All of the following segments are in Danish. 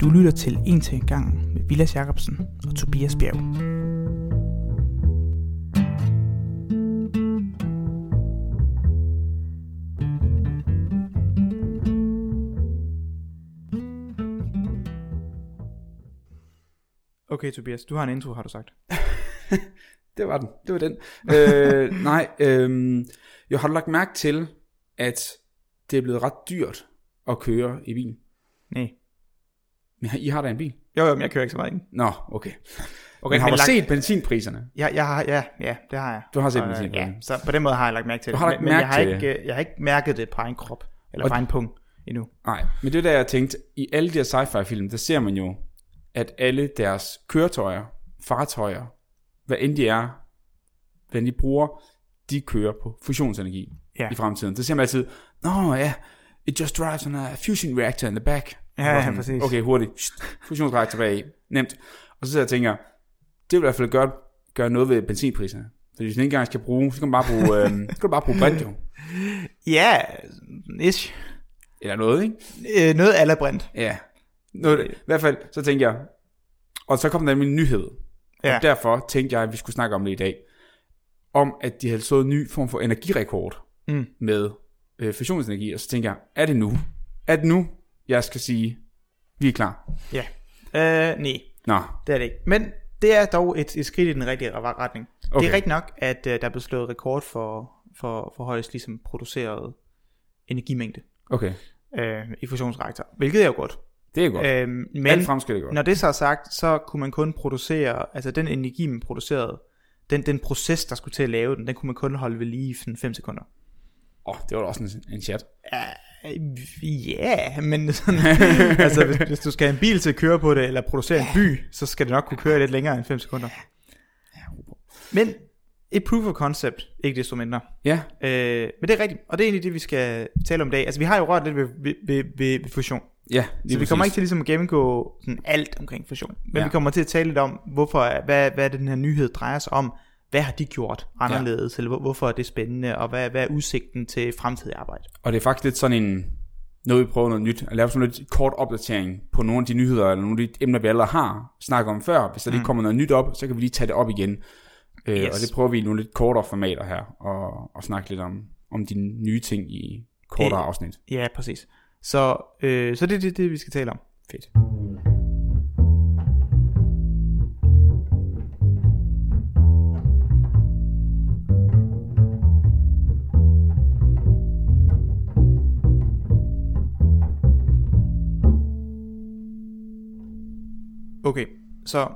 Du lytter til En til en gang med Vilas Jacobsen og Tobias Bjerg. Okay, Tobias, du har en intro, har du sagt. Det var den. Det var den. øh, nej, øh, jeg har lagt mærke til, at det er blevet ret dyrt at køre i bil. Nej. Men I har da en bil? Jo, jo, men jeg kører ikke så meget ind. Nå, okay. Okay, okay men har men du lagt- set benzinpriserne? Ja, jeg har, ja, ja, det har jeg. Du har set Og, benzinpriserne. Ja, så på den måde har jeg lagt mærke til Du det. har lagt men, men jeg, mærke har til ikke, øh, jeg har ikke mærket det på egen krop, eller Og- på egen pung endnu. Nej, men det er der, jeg tænkte, i alle de her sci-fi film, der ser man jo, at alle deres køretøjer, fartøjer, hvad end de er, hvad end de bruger, de kører på fusionsenergi Ja. i fremtiden. Det ser man altid, nå ja, it just drives on a fusion reactor in the back. Ja, Og ja, sådan, præcis. Okay, hurtigt, Shht, fusionsreaktor bag, nemt. Og så sidder jeg og tænker, det vil i hvert fald gøre, gøre noget ved benzinpriserne. Så hvis man ikke engang skal bruge, så kan man bare bruge, øhm, så kan du bare bruge brint jo. Ja, ish. Eller noget, ikke? Øh, noget allerbrint. Ja. Øh. Noget, I hvert fald, så tænkte jeg, og så kom der min nyhed, ja. Ja. og derfor tænkte jeg, at vi skulle snakke om det i dag, om at de havde slået en ny form for energirekord Mm. med øh, fusionsenergi, og så tænkte jeg, er det nu? Er det nu, jeg skal sige, vi er klar? Ja. Øh, nej, Nå, det er det ikke. Men det er dog et, et skridt i den rigtige re- retning. Okay. Det Okay. er rigtigt nok, at øh, der er blevet slået rekord for, for, for højst ligesom produceret energimængde okay, øh, i fusionsreaktor, hvilket er jo godt. det er godt. Øh, Øh, men men, Alt fremskridt er godt. når det så er sagt, så kunne man kun producere, altså den energi, man producerede, den, den proces, der skulle til at lave den, den kunne man kun holde ved lige i 5 sekunder. Åh, oh, det var da også en, en chat. Øh, Ja, yeah, men sådan, altså, hvis, hvis du skal have en bil til at køre på det, eller producere en by, så skal det nok kunne køre lidt længere end 5 sekunder. Men et proof of concept, ikke desto mindre. Ja, Øh, men det er rigtigt, og det er egentlig det, vi skal tale om i dag. Altså, vi har jo rørt lidt ved, ved, ved, ved, ved fusion, ja. så lige vi kommer præcis. ikke til ligesom at gennemgå sådan alt omkring fusion. Men Ja. vi kommer til at tale lidt om, hvorfor, hvad, hvad den her nyhed drejer sig om. Hvad har de gjort anderledes, ja. eller hvor- hvorfor er det spændende, og hvad, hvad er udsigten til fremtidig arbejde? Og det er faktisk lidt sådan en, noget vi prøver noget nyt, at lave sådan lidt kort opdatering på nogle af de nyheder, eller nogle af de emner, vi allerede har snakket om før. Hvis der lige kommer noget nyt op, så kan vi lige tage det op igen. Yes. Øh, Mm. Yes. og det prøver vi i nogle lidt kortere formater her, og, og snakke lidt om, om de nye ting i kortere Øh. afsnit. Ja, præcis. Så, øh, så det er det, det, vi skal tale om. Fedt. Okay, så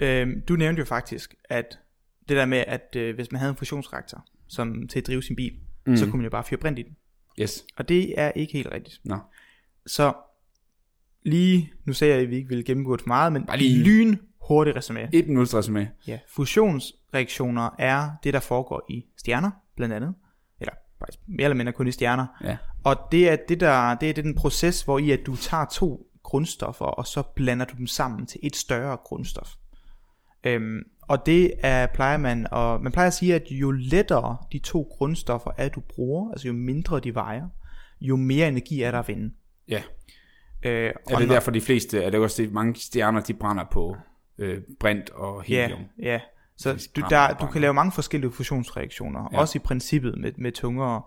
øh, du nævnte jo faktisk, at det der med, at øh, hvis man havde en fusionsreaktor som til at drive sin bil, mm. Mhm. så kunne man jo bare fyre brint i den. Yes. Og det er ikke helt rigtigt. Nå. Så lige, nu sagde jeg, at vi ikke ville gennemgå det for meget, men Bare lige- lige lyn hurtigt resumé. Et minut stress med. Ja, fusionsreaktioner er det, der foregår i stjerner, blandt andet. Eller faktisk mere eller mindre kun i stjerner. Ja. Og det er, det, der, det er den proces, hvor i at du tager to grundstoffer, og så blander du dem sammen til et større grundstof. Øhm, og det er, plejer man, og man plejer at sige, at jo lettere de to grundstoffer er, du bruger, altså jo mindre de vejer, jo mere energi er der at vinde. Ja. Øh, Er og det når- derfor de fleste, er det også det, mange stjerner, de brænder på øh, brint og Ja, helium? ja. Så Præcis, du, brænder der, og du kan lave mange forskellige fusionsreaktioner, ja. også i princippet med, med tungere,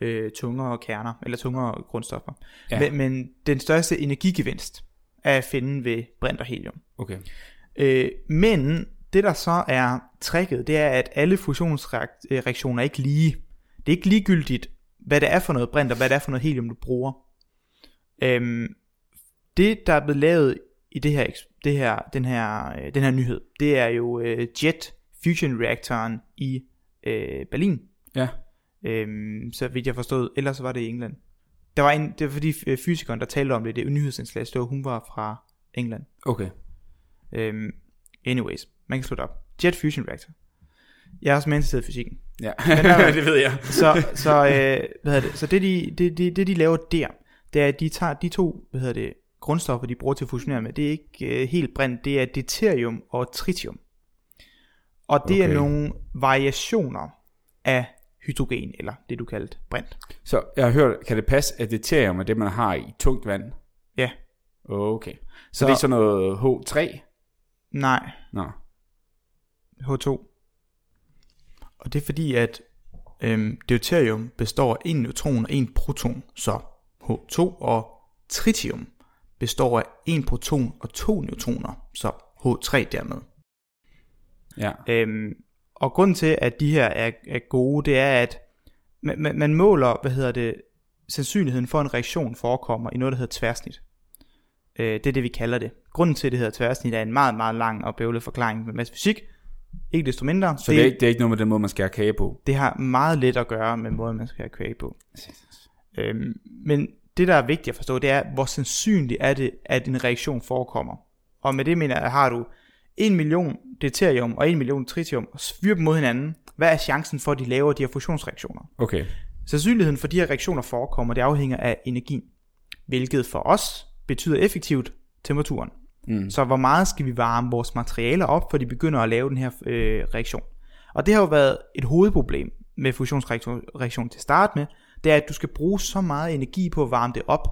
øh, tungere kerner, eller tungere grundstoffer. Ja. Ja. Men, men den største energigevinst er at finde ved brint og helium. Okay. Øh, men det der så er tricket, det er, at alle fusionsreaktioner er ikke lige. Det er ikke ligegyldigt, hvad det er for noget brint, og hvad det er for noget helium, du bruger. Øhm, det, der er blevet lavet i det her, eks- det her, den, her, øh, den her nyhed, det er jo øh, Jet Fusion Reaktoren i øh, Berlin, Ja. øhm, så vidt jeg forstod. Ellers så var det i England. Der var en, det var fordi øh, fysikeren, der talte om det, det nyhedsindslag, det var, hun var fra England. Okay. Øhm, anyways, man kan slå det op. Jet Fusion Reactor. Jeg er også med interesseret i fysikken. Ja, der- det ved jeg. Så, så, øh, hvad hedder det? så det, de, det, det, det, de laver der, det er, at de tager de to hvad hedder det, grundstoffer, de bruger til at fusionere med. Det er ikke øh, helt brint, det er deuterium og tritium. Og det okay. Okay. er nogle variationer af hydrogen, eller det du kaldte brint. Så jeg har hørt, kan det passe, at deuterium er det, man har i tungt vand? Ja, Okay. Så, Så- så det er sådan noget H3? Nej, Nå. H2. Og det er fordi, at øhm, deuterium består af en neutron og en proton, så H2 og tritium består af en proton og to neutroner, så H3 dermed. Ja. Øhm, og grunden til, at de her er, er gode, det er, at man, man, man måler, hvad hedder det, sandsynligheden for, at en reaktion forekommer i noget, der hedder tværsnit. Øh, det er det, vi kalder det. Grunden til, at det hedder tværsnit, er en meget, meget lang og bøvlet forklaring med masse fysik. Ikke desto mindre, Så det, det, er ikke, det er ikke noget med den måde, man skal have kage på. det har meget lidt at gøre med måden, man skal have kvæg på. Øhm, men det, der er vigtigt at forstå, det er, hvor sandsynligt er det, at en reaktion forekommer. Og med det mener jeg, at har du 1 million deuterium og 1 million tritium og svirper dem mod hinanden, hvad er chancen for, at de laver de her fusionsreaktioner? Okay. Sandsynligheden for, at de her reaktioner forekommer, det afhænger af energien, hvilket for os betyder effektivt temperaturen. Mm. Så hvor meget skal vi varme vores materialer op, for de begynder at lave den her øh, reaktion? Og det har jo været et hovedproblem med fusionsreaktion til at starte med, det er, at du skal bruge så meget energi på at varme det op,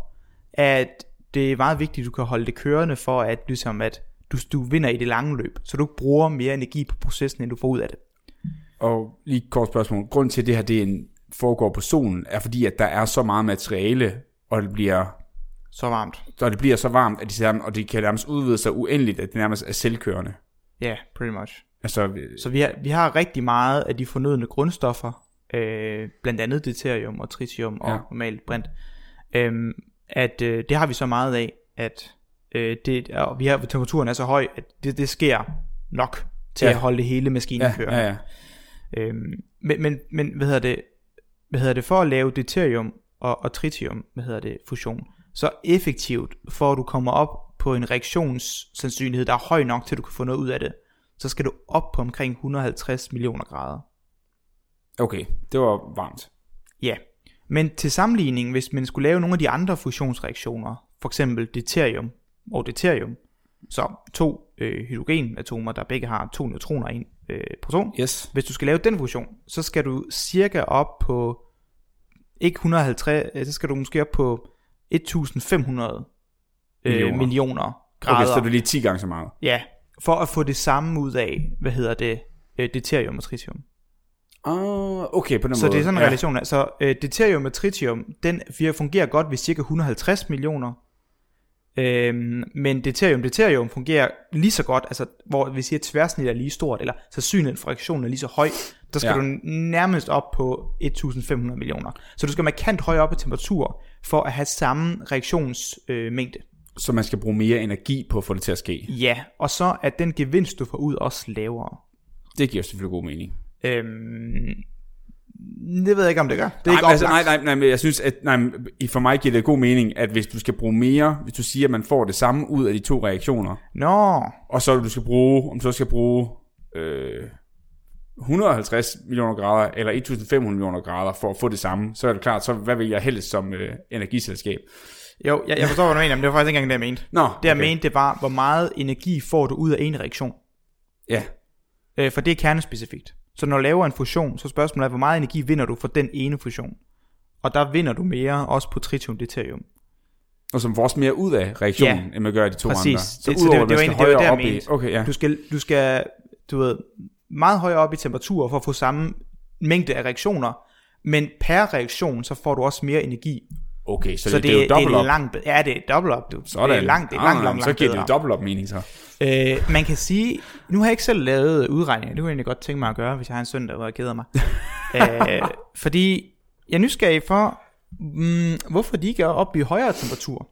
at det er meget vigtigt, at du kan holde det kørende for, at, ligesom at du, du vinder i det lange løb, så du ikke bruger mere energi på processen, end du får ud af det. Og lige et kort spørgsmål. Grunden til, at det her det er en, foregår på solen, er fordi, at der er så meget materiale, og det bliver, Så varmt. og det bliver så varmt, at de sammen, og det kan nærmest udvide sig uendeligt, at det nærmest er selvkørende. Ja, yeah, pretty much. Altså, Øh, Så vi har, vi har rigtig meget af de fornødne grundstoffer, øh, blandt andet deuterium og tritium og Ja. ja. normalt brint, øhm, at øh, det har vi så meget af, at øh, det, og vi har, temperaturen er så høj, at det, det sker nok til Ja. ja. at holde det hele maskinen ja, kørende. ja, ja. Øhm, men, men, men hvad hedder det? Hvad hedder det for at lave deuterium og, og tritium, hvad hedder det, fusion, så effektivt for at du kommer op på en reaktionssandsynlighed, der er høj nok til at du kan få noget ud af det, så skal du op på omkring 150 millioner grader. Okay, det var varmt. Ja, men til sammenligning, hvis man skulle lave nogle af de andre fusionsreaktioner, for eksempel deuterium og deuterium, så to øh, hydrogenatomer, der begge har to neutroner og en øh, proton, Yes. hvis du skal lave den fusion, så skal du cirka op på ikke 150, øh, så skal du måske op på 1500 Millioner. millioner, øh, millioner grader. Okay, så er det lige 10 gange så meget. Ja, for at få det samme ud af, hvad hedder det, øh, deuterium og tritium. Ah, okay, på den Så måde. det er sådan en ja. relation. Altså, øh, deuterium og tritium, den fir- fungerer godt ved cirka 150 millioner. Øhm, men deuterium, deuterium fungerer lige så godt, altså hvor vi siger, at tværsnit er lige stort, eller sandsynligheden for reaktionen er lige så høj, der skal Ja. ja. du nærmest op på 1500 millioner. Så du skal markant højere op i temperatur, for at have samme reaktionsmængde. Øh, mængde. Så man skal bruge mere energi på at få det til at ske. ja, og så er den gevinst, du får ud, også lavere. Det giver selvfølgelig god mening. Øhm, det ved jeg ikke, om det gør. Det er nej, ikke men altså, nej, oplagt. nej, nej, men jeg synes, at nej, men i- for mig giver det god mening, at hvis du skal bruge mere, hvis du siger, at man får det samme ud af de to reaktioner, Nå, og så du skal bruge, om du så skal bruge øh, 150 millioner grader eller 1500 millioner grader for at få det samme, så er det klart, så hvad vil jeg helst som øh, energiselskab? Jo, jeg, jeg forstår, hvad du mener, men det var faktisk ikke engang det, jeg mente. Nå, Det, jeg mente, det var, hvor meget energi får du ud af en reaktion. Ja, Øh, for det er kernespecifikt. Så når du laver en fusion, så spørgsmålet er, hvor meget energi vinder du for den ene fusion? Og der vinder du mere, også på tritium deuterium. og som får også mere ud af reaktionen, ja, end man gør af de to præcis. andre. Det- så det- det var at man skal egentlig- det var højere det, jeg op i- mente. Okay, ja. Du skal, du skal, du ved, meget højere op i temperatur for at få samme mængde af reaktioner, men per reaktion, så får du også mere energi. Okay, så, Så det, det er jo dobbelt det er op. langt, be- ja, det er dobbelt op, du. Sådan. Det er langt, det er Ah, langt, langt, langt Så giver det bedre. jo dobbelt op mening, så. Øh, man kan sige, nu har jeg ikke selv lavet udregninger, det kunne jeg egentlig godt tænke mig at gøre, hvis jeg har en søndag, hvor jeg keder mig. øh, fordi jeg er nysgerrig for, mm, hvorfor de ikke er oppe i højere temperatur.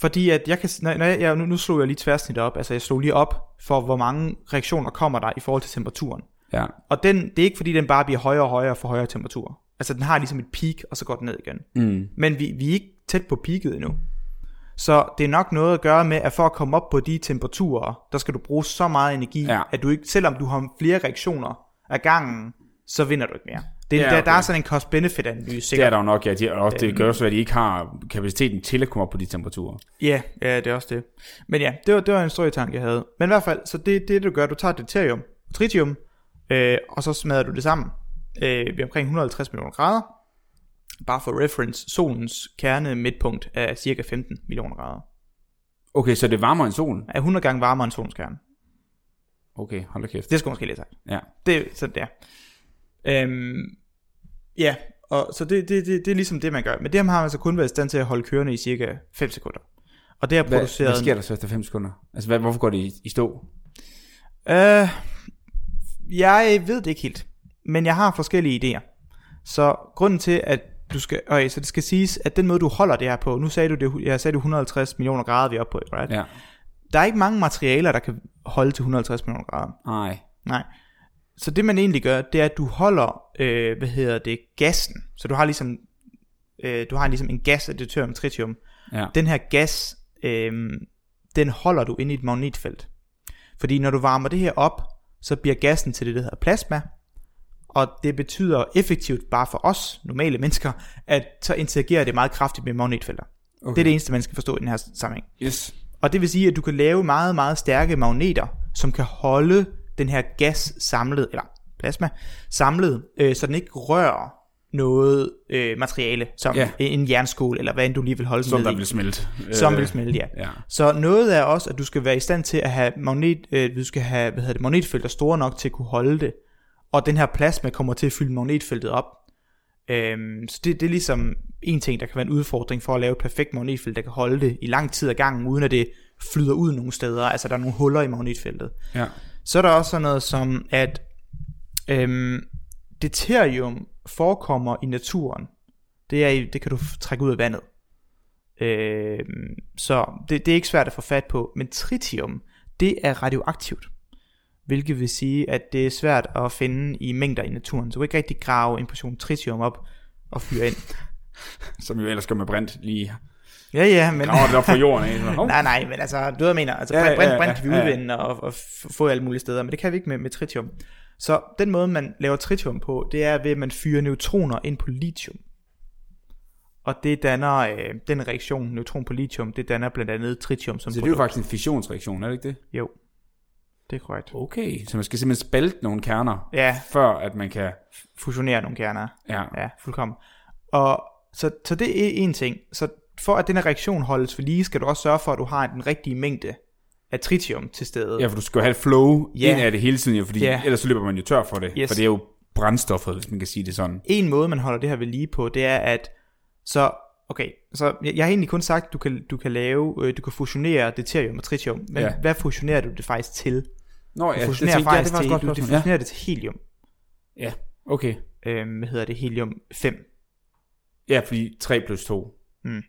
Fordi at jeg kan, s- når når jeg, jeg, nu, nu slog jeg lige tværsnit op, altså jeg slog lige op for, hvor mange reaktioner kommer der i forhold til temperaturen. Ja. Og den, det er ikke fordi, den bare bliver højere og højere for højere temperatur. Altså den har ligesom et peak, og så går den ned igen. Mm. Men vi, vi er ikke tæt på peaket endnu. Så det er nok noget at gøre med, at for at komme op på de temperaturer, der skal du bruge så meget energi, Ja. ja. at du ikke, selvom du har flere reaktioner af gangen, så vinder du ikke mere. Det, Ja, ja, okay. der, der okay. er sådan en cost-benefit-analyse, Det er sikkert. der jo nok, ja. De, og også, Øhm. det gør så, at de ikke har kapaciteten til at komme op på de temperaturer. Ja, ja, det er også det. Men ja, det var, det var en stor tanke, jeg havde. Men i hvert fald, så det, det du gør, du tager deuterium og tritium, øh, og så smadrer du det sammen øh, ved omkring 150 millioner grader. Bare for reference, solens kerne midtpunkt er cirka 15 millioner grader. Okay, så det varmer end solen? Er 100 gange varmere end solens kerne. Okay, hold da kæft. Det skulle måske lidt sagt. Ja. Det, så det er. Øhm, ja, og så det, det, det, det er ligesom det, man gør. Men det har man altså kun været i stand til at holde kørende i cirka 5 sekunder. Og det har Hvad, produceret... hvad sker der så efter 5 sekunder? Altså, hvad, hvorfor går det i, i stå? Øh, jeg ved det ikke helt, men jeg har forskellige idéer. Så grunden til, at du skal, okay, så det skal siges, at den måde, du holder det her på, nu sagde du, det, jeg sagde det 150 millioner grader, vi er oppe på, right? Ja. Der er ikke mange materialer, der kan holde til 150 millioner grader. Nej. Nej. Så det man egentlig gør, det er, at du holder, øh, hvad hedder det, gassen. Så du har ligesom, øh, du har ligesom en gas af deuterium tritium. Ja. Den her gas, øh, den holder du inde i et magnetfelt. Fordi når du varmer det her op, så bliver gassen til det, der hedder plasma. Og det betyder effektivt bare for os, normale mennesker, at så interagerer det meget kraftigt med magnetfelter. Okay. Det er det eneste, man skal forstå i den her sammenhæng. Yes. Og det vil sige, at du kan lave meget, meget stærke magneter, som kan holde den her gas samlet, eller plasma, samlet, øh, så den ikke rører noget øh, materiale, som Ja. ja. en jernskål, eller hvad end du lige vil holde den Som ned der i. vil smelte. som Øh, vil smelte, ja. Ja. Så noget er også, at du skal være i stand til at have magnet, øh, du skal have, hvad hedder det, magnetfelter store nok til at kunne holde det. Og den her plasma kommer til at fylde magnetfeltet op. Øhm, så det, det er ligesom en ting, der kan være en udfordring for at lave et perfekt magnetfelt, der kan holde det i lang tid ad gangen, uden at det flyder ud nogle steder. Altså der er nogle huller i magnetfeltet. Ja. Så er der også sådan noget som, at øhm, deuterium forekommer i naturen. Det, er, i- det kan du f- trække ud af vandet. Øhm, så det, det er ikke svært at få fat på. Men tritium, det er radioaktivt. Hvilket vil sige, at det er svært at finde i mængder i naturen. Så du kan ikke rigtig grave en portion tritium op og fyre ind. Som jo ellers gør med brint lige. Ja, ja, men... Graver det op fra jorden. Ikke? Hov. Nej, nej, men altså, du ved, hvad jeg mener. Altså, Ja, ja, brint, brint, ja, brint kan vi ja, ja. udvinde og, og f- få alle mulige steder, men det kan vi ikke med, med tritium. Så den måde, man laver tritium på, det er ved, at man fyrer neutroner ind på lithium. Og det danner, øh, den reaktion, neutron på lithium, det danner blandt andet tritium som Så det er jo faktisk en fissionsreaktion, er det ikke det? Jo, det er korrekt. Okay. Så man skal simpelthen spalte nogle kerner, Ja. før at man kan... Fusionere nogle kerner. Ja. Ja, fuldkommen. Og så, så det er en ting. Så for at den her reaktion holdes ved lige, skal du også sørge for, at du har den rigtige mængde af tritium til stede. Ja, for du skal jo have et flow Ja. ind af det hele tiden, jo, fordi Ja. ellers så løber man jo tør for det. Yes. For det er jo brændstoffet, hvis man kan sige det sådan. en måde, man holder det her ved lige på, det er, at så, okay, så jeg, jeg har egentlig kun sagt, du kan, du kan lave, øh, du kan fusionere deuterium og tritium, men Ja. ja. hvad fusionerer du det faktisk til? Du Nå, ja, fusionerer faktisk var et godt til, du, du spørgsmål. fusionerer det til helium, Ja. ja, okay. øh, hvad hedder det, helium 5, Ja, fordi 3 plus 2. Mm.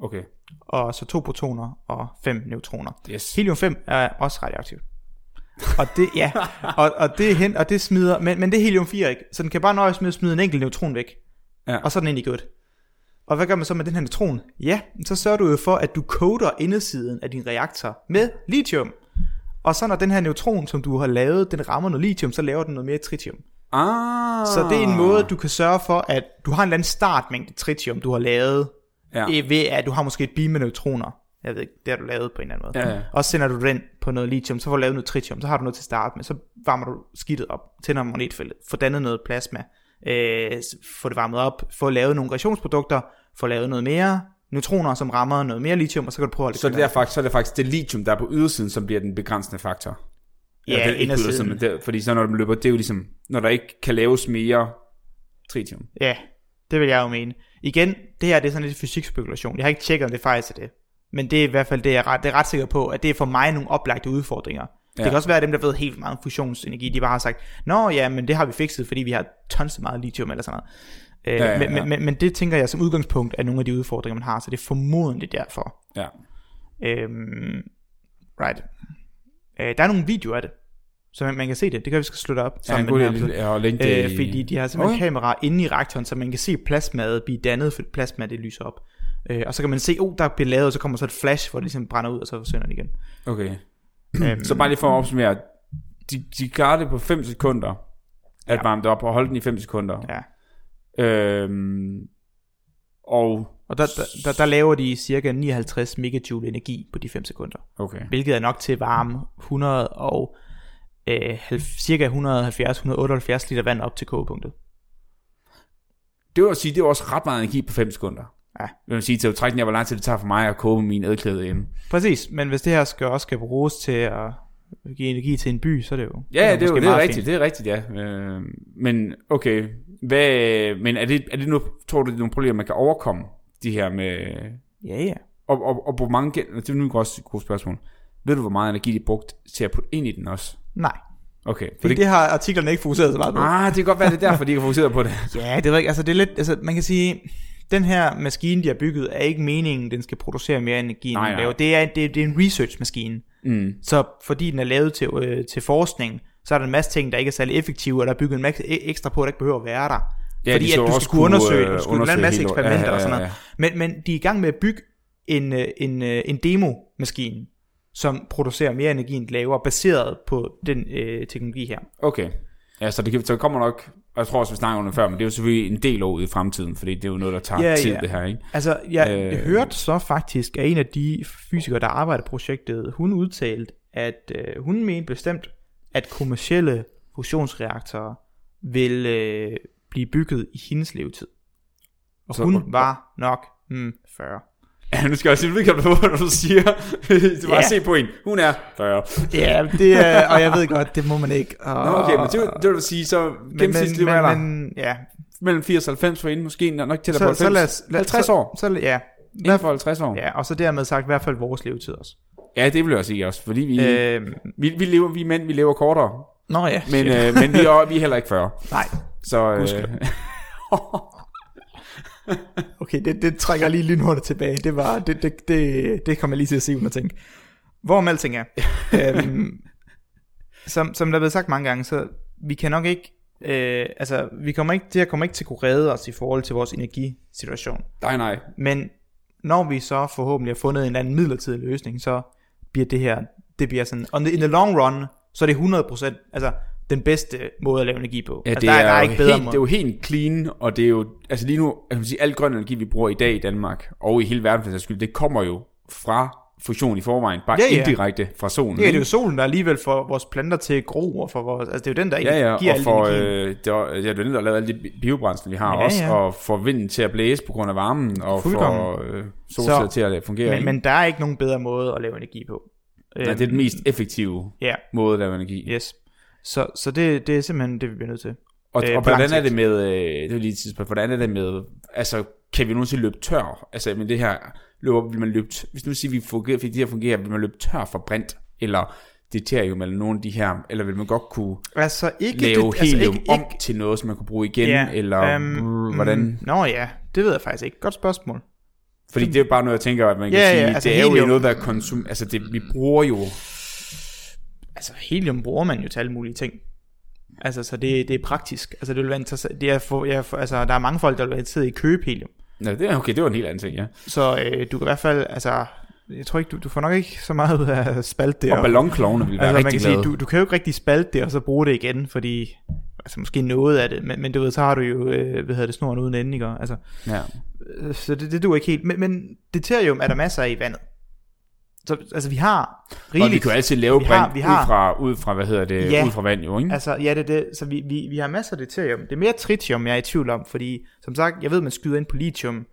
Okay, og så to protoner og fem neutroner. yes. Helium 5 er også radioaktivt. Og det, ja, og, og det er hen, og det smider, men, men det er helium 4 ikke, så den kan bare nøjes med at smide en enkelt neutron væk. Ja. Og så er den egentlig godt. Og hvad gør man så med den her neutron? Ja, så sørger du jo for, at du koder indersiden af din reaktor med lithium. Og så når den her neutron, som du har lavet, den rammer noget lithium, så laver den noget mere tritium. Ah. Så det er en måde, du kan sørge for, at du har en eller anden startmængde tritium, du har lavet, Ja. ja. ved at du har måske et beam med neutroner. Jeg ved ikke, det har du lavet på en eller anden måde. Ja, ja. Og så sender du den på noget lithium, så får du lavet noget tritium, så har du noget til at starte med, så varmer du skidtet op, tænder magnetfeltet, får dannet noget plasma, øh, s- får det varmet op, får lavet nogle reaktionsprodukter, får lavet noget mere neutroner, som rammer noget mere lithium, og så kan du prøve at holde Så det kørende. er faktisk, så er det faktisk det lithium, der er på ydersiden, som bliver den begrænsende faktor. Eller Ja, den, ikke indersiden. ydersiden, men der, fordi så når de løber, det er jo ligesom, når der ikke kan laves mere tritium. Ja, det vil jeg jo mene. Igen, det her det er sådan lidt fysikspekulation. Jeg har ikke tjekket, om det faktisk er det. Men det er i hvert fald det, jeg er ret, det er ret sikker på, at det er for mig nogle oplagte udfordringer. Ja. Ja. Det kan også være, at dem, der ved helt meget om fusionsenergi, de bare har sagt, Nå ja, men det har vi fikset, fordi vi har tons så meget lithium eller sådan noget. Øh, Ja, ja, ja, ja, ja. ja. Men, men, men det tænker jeg som udgangspunkt er nogle af de udfordringer, man har, så det er formodentlig derfor. Ja. Øhm, right. Øh, der er nogle videoer af det, så man, man kan se det. Det kan være, vi skal slutte op Så ja, en med god den her idé at længe det Øh, i- fordi de har simpelthen Okay. okay. kameraer inde i reaktoren, så man kan se plasmaet blive dannet, for plasma det lyser op. Øh, og så kan man se, oh, der bliver lavet, og så kommer så et flash, hvor det ligesom brænder ud, og så forsvinder det igen. Okay. øhm, Så bare lige for at opsummere. De, de klarer det på 5 sekunder, at Ja. varme det op og holde den i 5 sekunder. ja. Øhm, og, Og der, der, der, der laver de cirka 59 megajoule energi på de 5 sekunder, okay. hvilket er nok til at varme 100 og øh, halv- cirka 170-178 liter vand op til kogepunktet. det vil jeg sige, det er jo også ret meget energi på 5 sekunder. Ja. Vil man sige til trækken af, hvor lang tid det tager for mig at koge min ædklæde hjemme. Præcis, men hvis det her skal også skal bruges til at give energi til en by, så er det jo... Ja, det, det, måske er, jo- det er meget rigtigt, fint. det er rigtigt, ja. Øh, men okay, hvad, men er det, er det nu, tror du, det er nogle problemer, man kan overkomme? De her med, Ja, ja. og, og, og hvor mange, gen- det er nu også et godt spørgsmål. Ved du, hvor meget energi de brugte til at putte ind i den også? Nej, Okay, for fordi det, det har artiklerne ikke fokuseret så meget på. ah, det kan godt være, det er derfor, de ikke har fokuseret på det. Ja, det ved jeg ikke. Altså, det er lidt, altså, man kan sige, den her maskine, de har bygget, er ikke meningen, den skal producere mere energi, end Nej, den nej. laver. Det er, det, det er en research-maskine. Mm. Så fordi den er lavet til, øh, til forskning, så er der en masse ting, der ikke er særlig effektive, og der er bygget en masse e- ekstra på, der ikke behøver at være der. Ja, fordi de at skal du jo skal også kunne kunne, undersøge, øh, du skal lave en undersøge masse hele- eksperimenter ja, ja, og sådan ja, noget. Men, men de er i gang med at bygge en, øh, en, øh, en demo-maskine, som producerer mere energi end den laver, baseret på den øh, teknologi her. Okay. Ja, så det, kan, så det kommer nok, og jeg tror også, vi snakker om det før, men det er jo selvfølgelig en del år ude i fremtiden, fordi det er jo noget, der tager Ja, tid, ja. det her, ikke? Altså, jeg Øh. øh... hørte så faktisk, at en af de fysikere, der arbejder i projektet, hun udtalte, at øh, hun mente bestemt, at kommercielle fusionsreaktorer vil øh, blive bygget i hendes levetid. Og Så- så, hun var nok mm, 40. Ja, nu skal jeg sige, du kan på, hvad du siger. du bare Ja. se på en. Hun er 40. Ja, det er, og jeg ved godt, det må man ikke. Og, Nå, okay, men det, vil- det vil sige, så men, men, gennemsnitslever men, men, ja, mellem 80 og 90 for inden, måske nok til at så, så lad os... Lad, 50 så, år. Så, ja. Inden for 50 år. Ja, ja, og så dermed sagt i hvert fald vores levetid også. ja det vil jeg også sige også, fordi vi, øh. Øhm, vi, vi, lever, vi er mænd, vi lever kortere. nå ja, Men, shit. øh, men vi, er, vi er heller ikke 40. nej, Så, øh, Okay, det, det trækker jeg lige lynhurtigt tilbage. Det, var, det, det, det, det kom jeg lige til at sige uden at tænke. Hvorom alting er. øhm, som, som der er blevet sagt mange gange, så vi kan nok ikke... Øh, altså, vi kommer ikke, det her kommer ikke til at kunne redde os i forhold til vores energisituation. nej, nej. Men når vi så forhåbentlig har fundet en eller anden midlertidig løsning, så bliver det her, det bliver sådan, og in the long run, så er det 100%, altså den bedste måde at lave energi på. Ja, altså, det, der, er, der er ikke ikke bedre helt, det er jo helt clean, og det er jo, altså lige nu, jeg kan sige, al grøn energi, vi bruger i dag i Danmark, og i hele verden for den sags skyld, det kommer jo fra fusion i forvejen, bare Ja, ja, ja. ja. indirekte fra solen. Ja, det er ikke? jo solen, der alligevel får vores planter til at gro, og for vores, altså det er jo den, der ja, giver ja, og al for, energien. øh, det er, ja, det er den, der lavede alle de bi- biobrændsel, vi har Ja, ja, også, ja. ja. og får vinden til at blæse på grund af varmen, og Fuldkommen. får øh, solceller Så- til at fungere. men, ikke? men der er ikke nogen bedre måde at lave energi på. Øhm, ja, øh, det er den mest effektive Ja, måde at lave energi. yes. Så, så det, det er simpelthen det, vi bliver nødt til. Og, Øh, øh, og på hvordan lang er sigt. det med, øh, det var lige et tidspunkt, hvordan er det med, altså kan vi nogensinde løbe tør? Altså men det her, løber, vil man løbe, t- hvis nu siger vi fungerer, fik det her fungerer, vil man løbe tør for brint, eller deuterium, eller nogle af de her, eller vil man godt kunne Altså ikke lave det, det, altså, helium ikke, om til noget, som man kunne bruge igen, Ja, eller øhm, um, hvordan? mm, Nå ja, det ved jeg faktisk ikke. Godt spørgsmål. Fordi det er jo bare noget, jeg tænker, at man kan Ja, ja, sige, altså det er jo helium. noget, der er konsum, altså det, vi bruger jo, Altså helium bruger man jo til alle mulige ting. Altså så det, det er praktisk. Altså det vil være interessant. Det er for, jeg, for, altså, der er mange folk, der vil være interesseret i at købe helium. Nå, det, er- okay, det var en helt anden ting, ja. Så øh, du kan i hvert fald, altså jeg tror ikke, du, du får nok ikke så meget ud af spalt det. Og ballonklovene ville være Altså, man kan rigtig glade. sige, du, du kan jo ikke rigtig spalte det, og så bruge det igen, fordi, altså måske noget af det, men, men du ved, så har du jo, øh, hvad hedder det, snoren uden ende, ikke? Og, Altså, ja. øh, så det, det duer ikke helt. Men, men deuterium er der masser af i vandet. Så, altså, vi har rigeligt. Og vi kan jo altid lave Vi brint har- vi har- ud, fra, ud fra, hvad hedder det, Ja. ud fra vand jo, ikke? Altså, ja, det er det. Så vi, vi, vi har masser af deuterium. Det er mere tritium, jeg er i tvivl om, fordi, som sagt, jeg ved, man skyder ind på lithium.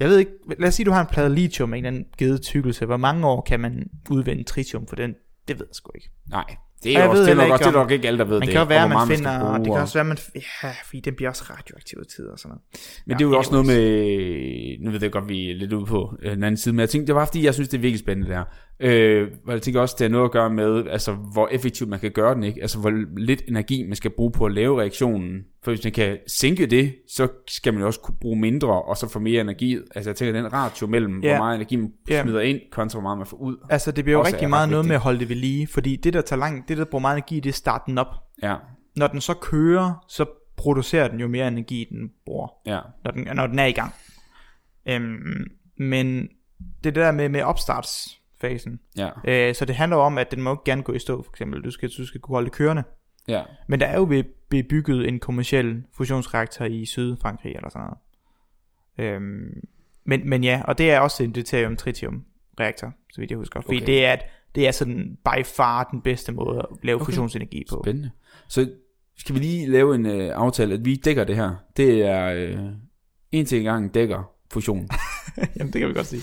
Jeg ved ikke, lad os sige, du har en plade lithium af en eller anden givet tykkelse. Hvor mange år kan man udvinde tritium for den? Det ved jeg sgu ikke. Nej, det Og er, jeg jo også, ved det er, heller nok, også, ikke, det er om- nok ikke alle, der ved Man det. kan jo og være, hvor at man meget skal finder, det bruge, kan og- også være, at man, ja, fordi den bliver også radioaktiv i tid og sådan noget. Men det er jo Ja, også noget med, øh, nu ved jeg godt, vi er lidt ude på øh, den anden side, men jeg tænkte, det var bare fordi, jeg synes, det er virkelig spændende det her. Øh, og jeg tænker også, det har noget at gøre med, altså hvor effektivt man kan gøre den, ikke? Altså hvor lidt energi man skal bruge på at lave reaktionen. For hvis man kan sænke det, så skal man jo også kunne bruge mindre, og så få mere energi. Altså jeg tænker, den ratio mellem, Ja. hvor meget energi man Ja. smider ind, kontra hvor meget man får ud. Altså, det bliver jo Også er rigtig ret meget noget vigtigt. med at holde det ved lige, fordi det, der tager lang, det, der bruger meget energi, det er at starte den op. Ja, Når den så kører, så producerer den jo mere energi, den bruger, ja. når den, når den er i gang. Øhm, men det der med, med opstartsfasen, Ja, øh, så det handler jo om, at den må ikke gerne gå i stå, for eksempel. Du skal, du skal kunne holde det kørende. ja. Men der er jo be- bebygget en kommersiel fusionsreaktor i Sydfrankrig eller sådan noget. Øhm, men, men ja, og det er også en deuterium tritium reaktor, så vidt jeg husker. Fordi Okay. okay. det, er, det er sådan by far den bedste måde at lave okay. Okay. fusionsenergi på. Spændende. Så skal vi lige lave en øh, aftale, at vi dækker det her. Det er øh, En ting i gangen dækker fusionen. Jamen, det kan vi godt sige.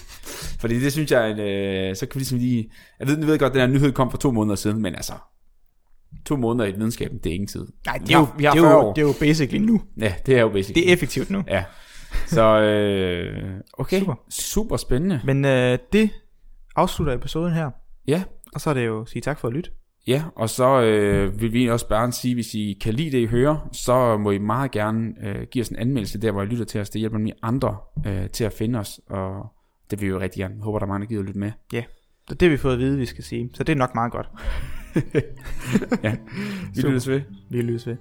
Fordi det synes jeg, at, øh, så kan vi ligesom lige... Jeg ved, jeg ved godt, at den her nyhed kom for to måneder siden, men altså... To måneder i videnskaben, det er ingen tid. Nej, det Vi er, jo, har- vi har det, er 40 jo, år. det er jo basically nu. Ja, det er jo basic. Det er effektivt nu. Ja. Så, øh, okay. Super. Super. Super spændende. Men øh, det afslutter episoden her. Ja, Og så er det jo at sige tak for at lytte. Ja, og så øh, vil vi egentlig også bare sige, hvis I kan lide det, I hører, så må I meget gerne øh, give os en anmeldelse der, hvor I lytter til os. Det hjælper nemlig andre øh, til at finde os, og det vil vi jo rigtig gerne. Jeg håber, der er mange, der gider at lytte med. Ja, det er det, vi har fået at vide, vi skal sige. Så det er nok meget godt. ja, vi lyttes ved. Vi lyttes ved.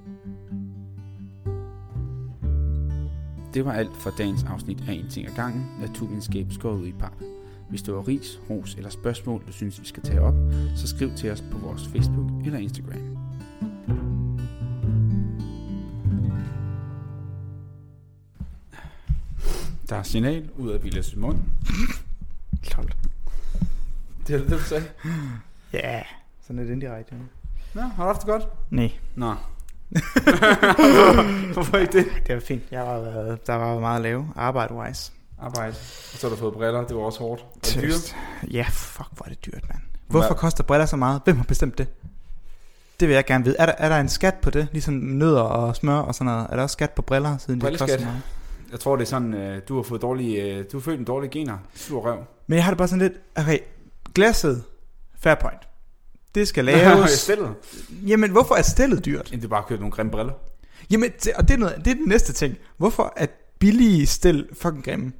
Det var alt for dagens afsnit af En ting ad gangen, naturvidenskab skåret ud i pap. Hvis du har ris, ros eller spørgsmål, du synes, vi skal tage op, så skriv til os på vores Facebook eller Instagram. Der er signal ud af Vilas mund. Klogt. Det er det, du sagde. Ja, yeah. sådan er det indirekte. Nå, har du haft det godt? Nej, Nå. Hvorfor ikke det? det var fint. Jeg var, været- der var meget at lave, arbejde-wise. Arbejde. Og så har du fået briller, det var også hårdt. Og dyrt. Tøst. Ja, fuck, hvor er det dyrt, mand. Hvorfor koster briller så meget? Hvem har bestemt det? Det vil jeg gerne vide. Er der, er der en skat på det? Ligesom nødder og smør og sådan noget. Er der også skat på briller, siden det koster Brilleskat. så meget? Jeg tror, det er sådan, øh, du har fået dårlige, øh, du har født med dårlige gener. Sur røv. Men jeg har det bare sådan lidt, okay, glasset, fair point. Det skal laves. stillet. Jamen, hvorfor er stillet dyrt? Jamen, det er bare købt nogle grimme briller. Jamen, det, og det er, noget, det er den næste ting. Hvorfor er billige stil fucking grimme?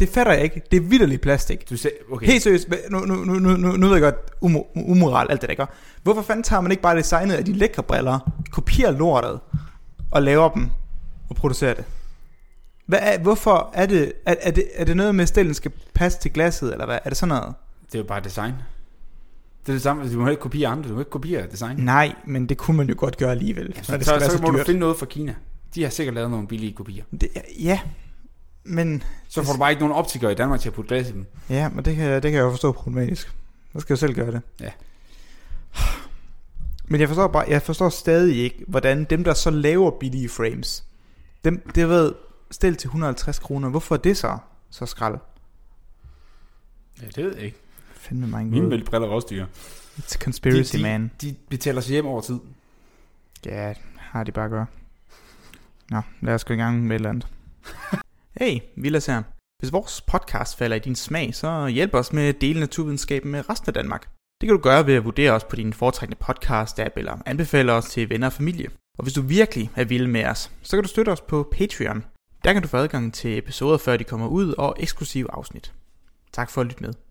Det fatter jeg ikke. Det er vidderligt plastik. Du sagde, okay. Helt seriøst, hvad- nu, nu, nu, nu, nu, nu ved jeg godt, umo, umoral, alt det der, ikke? Hvorfor fanden tager man ikke bare designet af de lækre briller, kopierer lortet, og laver dem, og producerer det? Hvad er, hvorfor er det, er, er det, er det noget med, at stillen skal passe til glasset, eller hvad? Er det sådan noget? Det er jo bare design. Det er det samme, du må ikke kopiere andre, du må ikke kopiere design. Nej, men det kunne man jo godt gøre alligevel, ja, Mm. så, når det så, skal så, være så, så, må du dyrt. finde noget fra Kina. De har sikkert lavet nogle billige kopier. Det, ja, men, Så får du bare ikke nogen optikere i Danmark til at putte glas i dem. ja, men det, kan, det kan jeg jo forstå er problematisk. Så skal jeg jo selv gøre det. Ja. Men jeg forstår, bare, jeg forstår stadig ikke, hvordan dem, der så laver billige frames, dem, det ved, stil til 150 kroner, hvorfor er det så, så skrald? Ja, det ved jeg ikke. Fandme mig en Mine god. mælkebriller er også dyre. It's a conspiracy, de, man. De betaler sig hjem over tid. Ja, har de bare gør. Nå, lad os gå i gang med et eller andet. hey, Vilas her. Hvis vores podcast falder i din smag, så hjælp os med at dele naturvidenskaben med resten af Danmark. Det kan du gøre ved at vurdere os på din foretrækkende podcast-app eller anbefale os til venner og familie. Og hvis du virkelig er vild med os, så kan du støtte os på Patreon. Der kan du få adgang til episoder, før de kommer ud, og eksklusive afsnit. Tak for at lytte med.